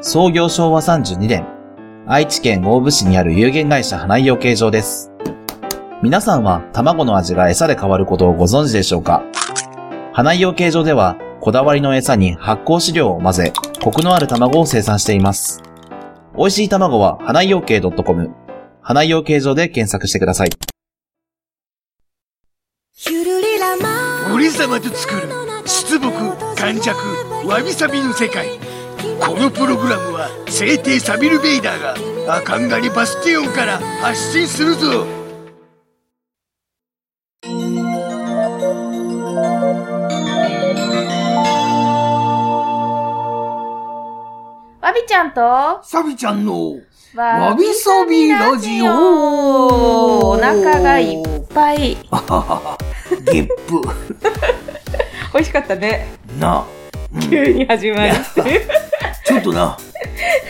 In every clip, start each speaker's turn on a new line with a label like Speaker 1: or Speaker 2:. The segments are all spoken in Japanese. Speaker 1: 創業昭和32年、愛知県大府市にある有限会社花井養鶏場です。皆さんは卵の味が餌で変わることをご存知でしょうか花井養鶏場では、こだわりの餌に発酵飼料を混ぜ、コクのある卵を生産しています。美味しい卵は花井養鶏 .com、花井養鶏場で検索してください。
Speaker 2: 俺様と作る出木軟弱わびさびの世界このプログラムは聖帝サビル・ベイダーがアカンガリバスティオンから発信するぞ
Speaker 3: わびちゃんと、わ
Speaker 2: サビちゃんの
Speaker 3: わ
Speaker 2: びさびラジオ
Speaker 3: お腹がいっぱい。
Speaker 2: ゲップ
Speaker 3: 美味しかったね。
Speaker 2: なあ、うん
Speaker 3: 急に始まり。
Speaker 2: ちょっとな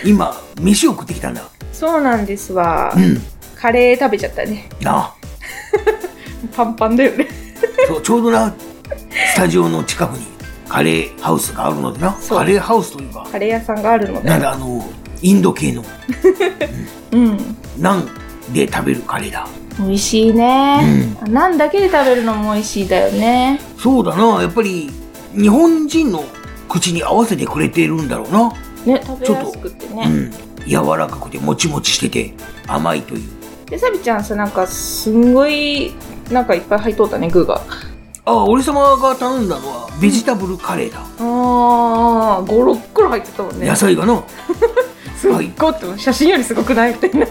Speaker 2: 今飯を食ってきたんだ
Speaker 3: そうなんですわ
Speaker 2: う。ん
Speaker 3: カレー食べちゃったね。
Speaker 2: なあ
Speaker 3: パンパンだよね。
Speaker 2: ちょちょうどなスタジオの近くにカレーハウスがあるのでな
Speaker 3: そう
Speaker 2: カレーハウスというか
Speaker 3: カレー屋さんがあるので
Speaker 2: な。んだあのインド系の
Speaker 3: うん。
Speaker 2: ナンで食べるカレーだ
Speaker 3: 美味しいね。ナンだけで食べるのも美味しいだよね。
Speaker 2: そうだなやっぱり日本人の口に合わせてくれているんだろうな、
Speaker 3: ね、食べやすくて
Speaker 2: う
Speaker 3: ね。
Speaker 2: ん柔らかくてもちもちしてて甘いという
Speaker 3: で、さびちゃんさ、なんか、すんごい、なんかいっぱい入っとったね、具が。
Speaker 2: あ俺様が頼んだのはベジタブルカレーだ、
Speaker 3: あー、5、6個入ってたもんね。
Speaker 2: 野菜が な
Speaker 3: すっごいって、写真よりすごくないみたいな。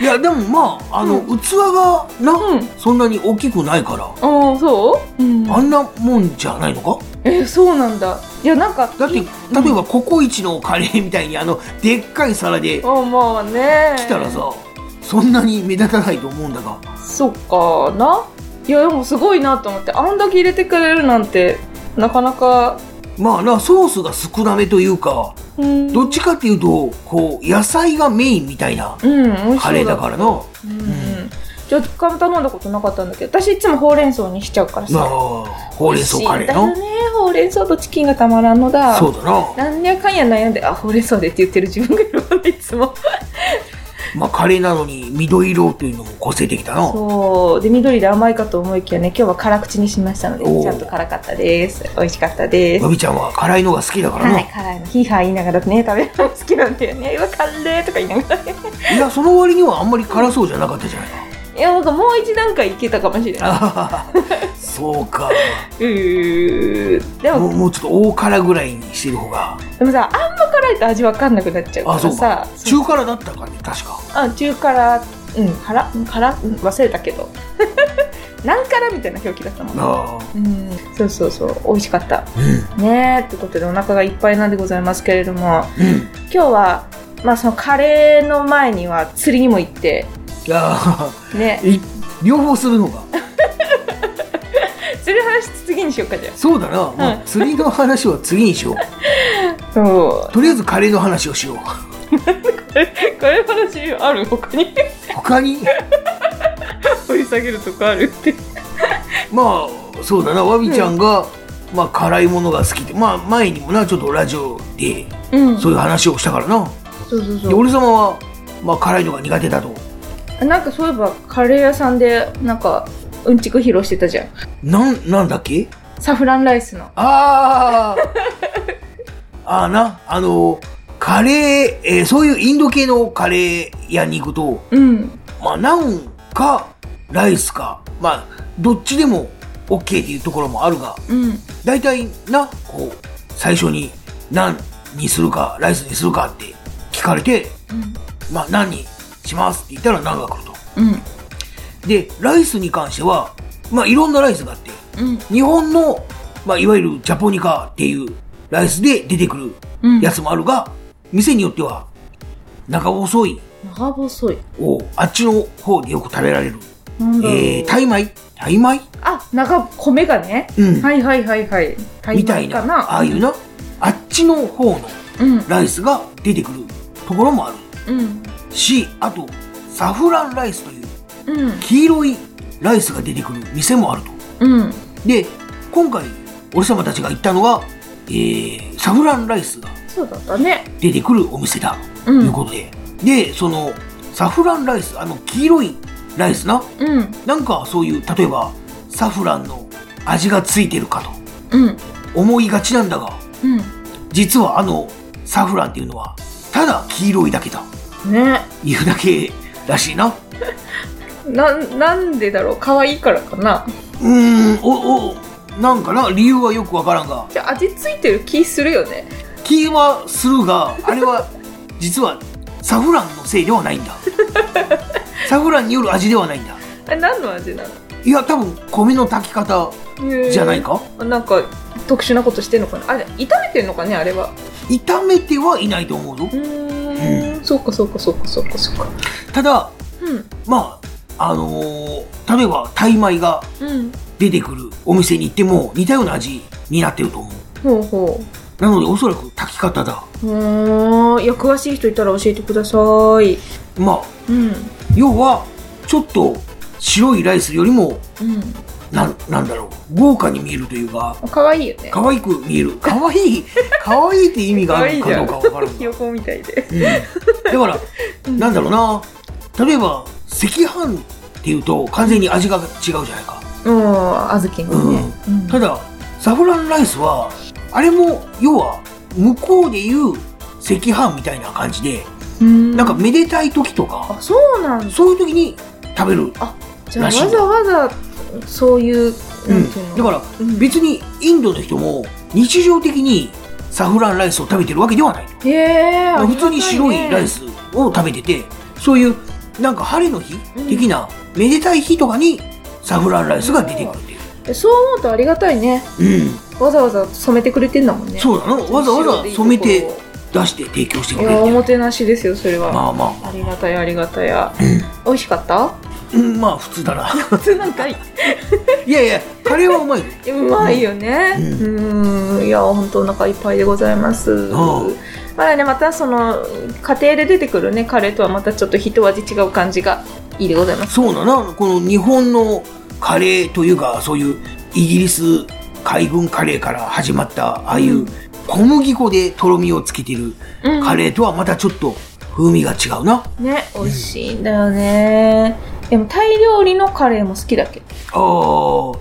Speaker 2: いやでもまああの、器がな、
Speaker 3: うん
Speaker 2: そんなに大きくないから
Speaker 3: ああそう、うん
Speaker 2: あんなもんじゃないのか
Speaker 3: えそうなんだいやなんか
Speaker 2: だって
Speaker 3: い
Speaker 2: 例えばココイチのカレーみたいにあのでっかい皿で
Speaker 3: あまあね
Speaker 2: 来たらさそんなに目立たないと思うんだが
Speaker 3: そっかないやでもすごいなと思ってあんだけ入れてくれるなんてなかなか
Speaker 2: まあなソースが少なめというか
Speaker 3: うん
Speaker 2: どっちかっていうとこう野菜がメインみたいな
Speaker 3: うん美味しそう
Speaker 2: カレーだからな
Speaker 3: らうん、うんじゃあ一回も頼んだことなかったんだけど私いつもほうれん草にしちゃうからさ、
Speaker 2: まあほうれん草カレー
Speaker 3: 不思
Speaker 2: な
Speaker 3: 議だよねほうれん草とチキンがたまらんのだ
Speaker 2: そうだな
Speaker 3: なんやかんや悩んであほうれん草でって言ってる自分がいるわねいつも
Speaker 2: まあカレーなのに緑色というのも個性的だな
Speaker 3: そうで緑で甘いかと思いきやね今日は辛口にしました
Speaker 2: お
Speaker 3: の
Speaker 2: ー
Speaker 3: でちゃんと辛かったです美味しかったです
Speaker 2: バビちゃんは辛いのが好きだからな、
Speaker 3: はい辛いのヒーハー言いながらね食べるの好きなんだよね今カレーとか言いながらね
Speaker 2: い、やその割にはあんまり辛そうじゃなかったじゃ ないか
Speaker 3: いやなんかもう一段階いけたかもしれない
Speaker 2: あははそうか
Speaker 3: うーで
Speaker 2: も
Speaker 3: も
Speaker 2: うもうちょっと大辛ぐらいにしてる方が
Speaker 3: でもさあんま辛いと味わかんなくなっちゃうか
Speaker 2: あ
Speaker 3: ら
Speaker 2: そう
Speaker 3: さ
Speaker 2: か中辛だったかね確か
Speaker 3: あ中辛うん辛うん辛うん忘れたけど なん辛みたいな表記だったもんね
Speaker 2: ああ
Speaker 3: うんそうそうそう美味しかった
Speaker 2: う
Speaker 3: ねえってことでお腹がいっぱいなんでございますけれど
Speaker 2: んう
Speaker 3: も
Speaker 2: ん
Speaker 3: 今日は、まあ、そのカレーの前には釣りにも行って
Speaker 2: いやー
Speaker 3: ね
Speaker 2: い両方するのが
Speaker 3: 釣りの話次にしようかじゃ
Speaker 2: そうだな、もう釣りの話は次にしよう
Speaker 3: あそ
Speaker 2: とりあえずカレーの話をしよう
Speaker 3: うカレー話ある他に
Speaker 2: 他に
Speaker 3: 掘り下げるとこあるって
Speaker 2: まあそうだなわびちゃんが、まあ辛いものが好きでまあ前にもなちょっとラジオで
Speaker 3: うん
Speaker 2: そういう話をしたからな、
Speaker 3: そうそう
Speaker 2: で俺様は、まあ、辛いのが苦手だと
Speaker 3: なんかそういえばカレー屋さんでなんかうんちく披露してたじゃん
Speaker 2: なんなんだっけ
Speaker 3: サフランライスの
Speaker 2: ああああなあのカレー、えーそういうインド系のカレー屋に行くと
Speaker 3: うん
Speaker 2: まあナンかライスかまあどっちでも OK っていうところもあるが
Speaker 3: うん
Speaker 2: 大体なこう最初に何にするかライスにするかって聞かれて、まあ、何にしますって言ったら何が来ると
Speaker 3: うん
Speaker 2: でライスに関しては、まあ、いろんなライスがあって
Speaker 3: うん
Speaker 2: 日本の、まあ、いわゆるジャポニカっていうライスで出てくる
Speaker 3: うん
Speaker 2: やつもあるが、店によっては、長細い
Speaker 3: 長細い。
Speaker 2: をあっちの方でよく食べられる。
Speaker 3: なんだろう。
Speaker 2: えー、タイ米タイ米
Speaker 3: あ、長、米がね。
Speaker 2: うん。
Speaker 3: はいはいはいはい。大
Speaker 2: みたい
Speaker 3: 米か
Speaker 2: な、
Speaker 3: な。
Speaker 2: ああいうな、あっちの方の
Speaker 3: うん。
Speaker 2: ライスが出てくるところもある
Speaker 3: うん。
Speaker 2: し、あと、サフランライスという
Speaker 3: うん。
Speaker 2: 黄色いライスが出てくる店もあると。
Speaker 3: うん。
Speaker 2: で、今回、俺様たちが行ったのが、えー、サフランライスが
Speaker 3: そうだったね。
Speaker 2: 出てくるお店だ、
Speaker 3: う。
Speaker 2: というんことで。で、その、サフランライス、あの、黄色いライスな。
Speaker 3: うん。
Speaker 2: なんかそういう、例えば、サフランの味がついてるかと
Speaker 3: うん。
Speaker 2: 思いがちなんだが、
Speaker 3: うん。
Speaker 2: 実はあの、サフランっていうのは、ただ黄色いだけだ。
Speaker 3: ね。
Speaker 2: いうだけらしいな。
Speaker 3: な、なんでだろう。可愛いからかな。
Speaker 2: うーん、お、お、なんかな、理由はよくわからんが、
Speaker 3: じゃあ味ついてる気するよね。
Speaker 2: 気はするが、あれは、実は、サフランのせいではない んだ。サフランによる味ではないんだ。
Speaker 3: あれ何の味なの
Speaker 2: いや、多分、米の炊き方じゃない。か。
Speaker 3: へーなんか特殊なことしてんのかな。あれ炒めてんのかねあれは。
Speaker 2: 炒めてはいないと思うぞ
Speaker 3: う。ーん。そうかそうかそうかそうかそうか。
Speaker 2: ただ、
Speaker 3: うん。
Speaker 2: まあ、あのー例えば、タイ米が
Speaker 3: うん。
Speaker 2: 出てくるお店に行っても、似たような味になってると思う。
Speaker 3: ほうほう。
Speaker 2: なので、おそらく炊き方だ。
Speaker 3: うーんいや詳しい人いたら教えてください
Speaker 2: まあ、
Speaker 3: うん
Speaker 2: 要は、ちょっと白いライスよりも、
Speaker 3: う
Speaker 2: なん、なんだろう、豪華に見えるというか、
Speaker 3: ん可愛いよね
Speaker 2: 可愛く見える。可愛 い、可愛いって意味があるかどうかわからんが。うん
Speaker 3: 横みたいで
Speaker 2: だから、なんだろうな、例えば、赤飯っていうと完全に味が違うじゃないか。
Speaker 3: うんあずきのねうん
Speaker 2: ただ、サフランライスは、あれも、要は、向こうでいう赤飯みたいな感じで、
Speaker 3: うん
Speaker 2: なんかめでたい時とか、
Speaker 3: あそうなんだ
Speaker 2: そういう時に食べる。
Speaker 3: じゃあ
Speaker 2: らしい
Speaker 3: わ
Speaker 2: んだ
Speaker 3: ざわざそういう
Speaker 2: う
Speaker 3: なん
Speaker 2: ん
Speaker 3: ていう。
Speaker 2: だ
Speaker 3: の
Speaker 2: から、
Speaker 3: うん
Speaker 2: 別にインドの人も日常的にサフランライスを食べてるわけではないと、
Speaker 3: へえ
Speaker 2: 普通に白いライスを食べててそういうなんか晴れの日
Speaker 3: うん
Speaker 2: 的な、めでたい日とかにサフランライスが出てくるっていう、
Speaker 3: そう思うとありがたいね
Speaker 2: う
Speaker 3: わざわざ染めてくれてんだもんね
Speaker 2: ん、そうなのわざわざ染め
Speaker 3: 白でいい
Speaker 2: て
Speaker 3: とこ
Speaker 2: 出して提供してく
Speaker 3: い
Speaker 2: れ
Speaker 3: やお
Speaker 2: る
Speaker 3: もてなしですよそれは
Speaker 2: まあまあま
Speaker 3: あ
Speaker 2: あ
Speaker 3: りがたやありがたや美味しかった
Speaker 2: うんまあ 普通だな
Speaker 3: 普通なんかい
Speaker 2: いやいやカレーはうまいよ
Speaker 3: うまいよね。
Speaker 2: う
Speaker 3: うん、んいや本当お腹いっぱいでございます。
Speaker 2: ん
Speaker 3: まだねまたその家庭で出てくるねカレーとはまたちょっと一味違う感じがいいでございます。
Speaker 2: そうだなこの日本のカレーというかそういうイギリス海軍カレーから始まったああいううん小麦粉でとろみをつけてる
Speaker 3: うん
Speaker 2: カレーとはまたちょっと風味が違うな、
Speaker 3: ね美味しいんだよね。でもタイ料理のカレーも好きだけど、
Speaker 2: あー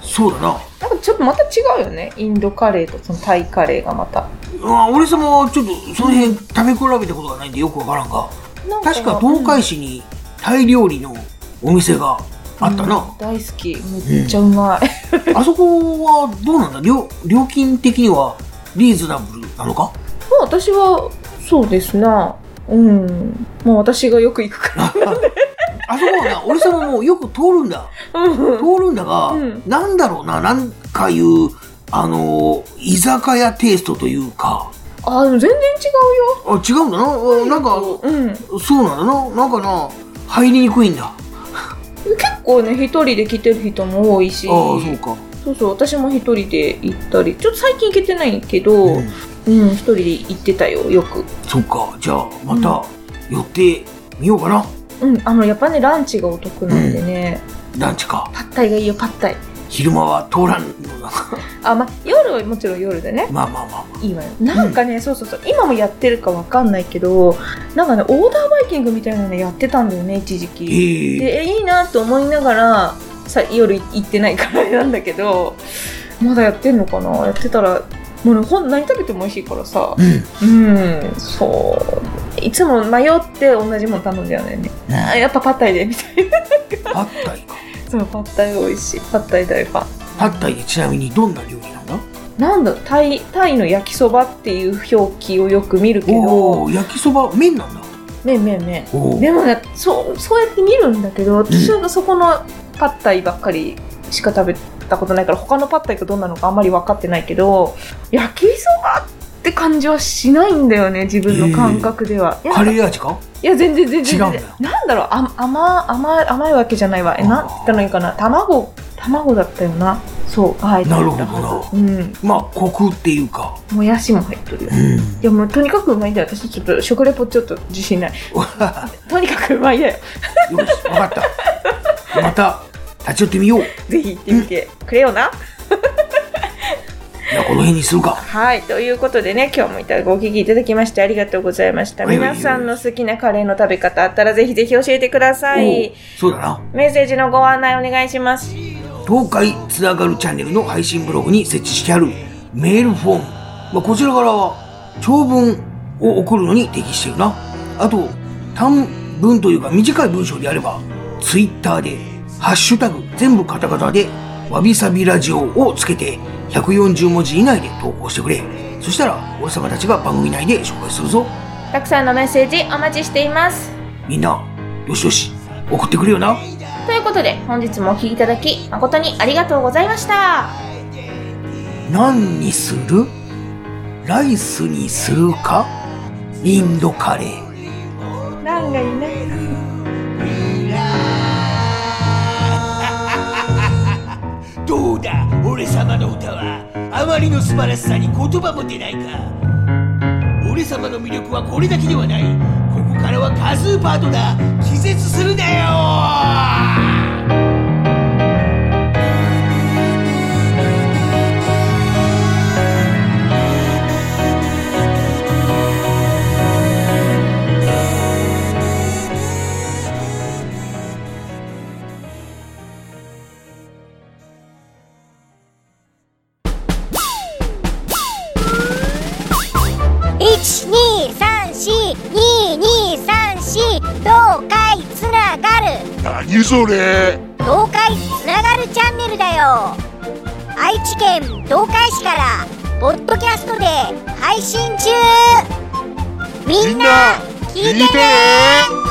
Speaker 2: そうだな
Speaker 3: なんかちょっとまた違うよねインドカレーとそのタイカレーがまた。
Speaker 2: あ俺様はちょっとその辺食べ比べたことがないんでよくわからんが
Speaker 3: なん
Speaker 2: 確か東海市にタイ料理のお店があったな、
Speaker 3: うん大好きめっちゃうまい。
Speaker 2: あそこはどうなんだ料料金的にはリーズナブルなのか
Speaker 3: まあ私はそうですな。うん。まあ私がよく行くから。
Speaker 2: あそこはな、俺様もよく通るんだ。
Speaker 3: うん
Speaker 2: 通るんだが、
Speaker 3: うん
Speaker 2: なんだろうな、なんかいう、あのー居酒屋テイストというか、
Speaker 3: あでも全然違うよ
Speaker 2: あ、違うんだな、あなんか、
Speaker 3: うん結
Speaker 2: そうなんだな、なんかな、入りにくいんだ。あ
Speaker 3: 構ね一人で来てる人も多いし
Speaker 2: あ、そうか。
Speaker 3: そうそう私も一人で行ったりちょっと最近行けてないけど
Speaker 2: う
Speaker 3: うん
Speaker 2: ん、
Speaker 3: 一人で行ってたよよく
Speaker 2: そっか、じゃあ、また、寄ってみようかな。
Speaker 3: うんあのやっぱねランチがお得なんでね、
Speaker 2: 団地か。
Speaker 3: パッタイがいいよパッタイ
Speaker 2: 昼間は通らんのだな。
Speaker 3: あまあ夜はもちろん夜でね
Speaker 2: まあまあまあま
Speaker 3: いいわよなんかね、そうそうそう今もやってるかわかんないけどなんかねオーダーバイキングみたいなのやってたんだよね一時
Speaker 2: あ。
Speaker 3: 期
Speaker 2: ええ
Speaker 3: でえいいなと思いながらさ夜行ってないからなんだけどまだやってんのかなやってたらもうねほん何食べても美味しいからさ
Speaker 2: うん。
Speaker 3: うんそういつも迷って同じもの頼んじゃうんだよねあやっぱパッタイでみた い
Speaker 2: パッタイか。
Speaker 3: なそうパッタイ美味しいパッタイ大ファ
Speaker 2: パッタイでちなみにどんな料理なんだ
Speaker 3: ンなんだタイタイの焼きそばっていう表記をよく見るけ
Speaker 2: お
Speaker 3: ど
Speaker 2: おー、焼きそば、麺なんだ。
Speaker 3: 麺麺麺
Speaker 2: おお。
Speaker 3: でもねそうそうやって見るんだけど私はそこのパッタイばっかりしか食べたことないから他のパッタイがどんなのかあんまり分かってないけど焼きそばっって感じはしないんだよね自分の感覚では、いや
Speaker 2: カレー味か
Speaker 3: いや全然全然
Speaker 2: 違うんだ
Speaker 3: 全然なんだろうあ甘甘い甘いわけじゃないわえ
Speaker 2: あー
Speaker 3: なんて言ったらいいかな卵卵だったよなそうはい
Speaker 2: なるほどな
Speaker 3: うん
Speaker 2: まあコクっていうか
Speaker 3: もやしも入ってるよ
Speaker 2: うん
Speaker 3: いやもうとにかくうまいんだよ私ちょっと食レポちょっと自信ない とにかくうまいんだよ
Speaker 2: よし分かったまた立ち寄ってみよう
Speaker 3: ぜひ行ってみてくれよな
Speaker 2: じゃあこの辺にするか
Speaker 3: はいということでね今日もいたごお聞きいただきましてありがとうございました
Speaker 2: はいはいは
Speaker 3: 皆
Speaker 2: い
Speaker 3: さんの好きなカレーの食べ方あったらぜひぜひ教えてください
Speaker 2: おうそうだな
Speaker 3: メッセージのご案内お願いします
Speaker 2: 東海つながるチャンネルの配信ブログに設置してあるメールフォーム、まあ、こちらからは長文を送るのに適しているなあと短文というか短い文章であればツイッターで「ハッシュタグ全部カタカタ」で「わびさびラジオ」をつけて140文字以内で投稿してくれそしたら俺様たちが番組内で紹介するぞ
Speaker 3: たくさんのメッセージお待ちしています
Speaker 2: みんなよしよし送ってくれよな
Speaker 3: ということで本日もお聴きいただき誠にありがとうございました
Speaker 2: 何にするライスにするかインドカレー
Speaker 3: なんがいいね
Speaker 4: どうだ俺様の歌はあまりの素晴らしさに言葉も出ないか俺様の魅力はこれだけではないここからはカズーパートナー気絶するなよ
Speaker 5: 12342234東海つながる
Speaker 4: 何それ
Speaker 5: 東海つながるチャンネルだよ愛知県東海市からポッドキャストで配信中みんな聞いてね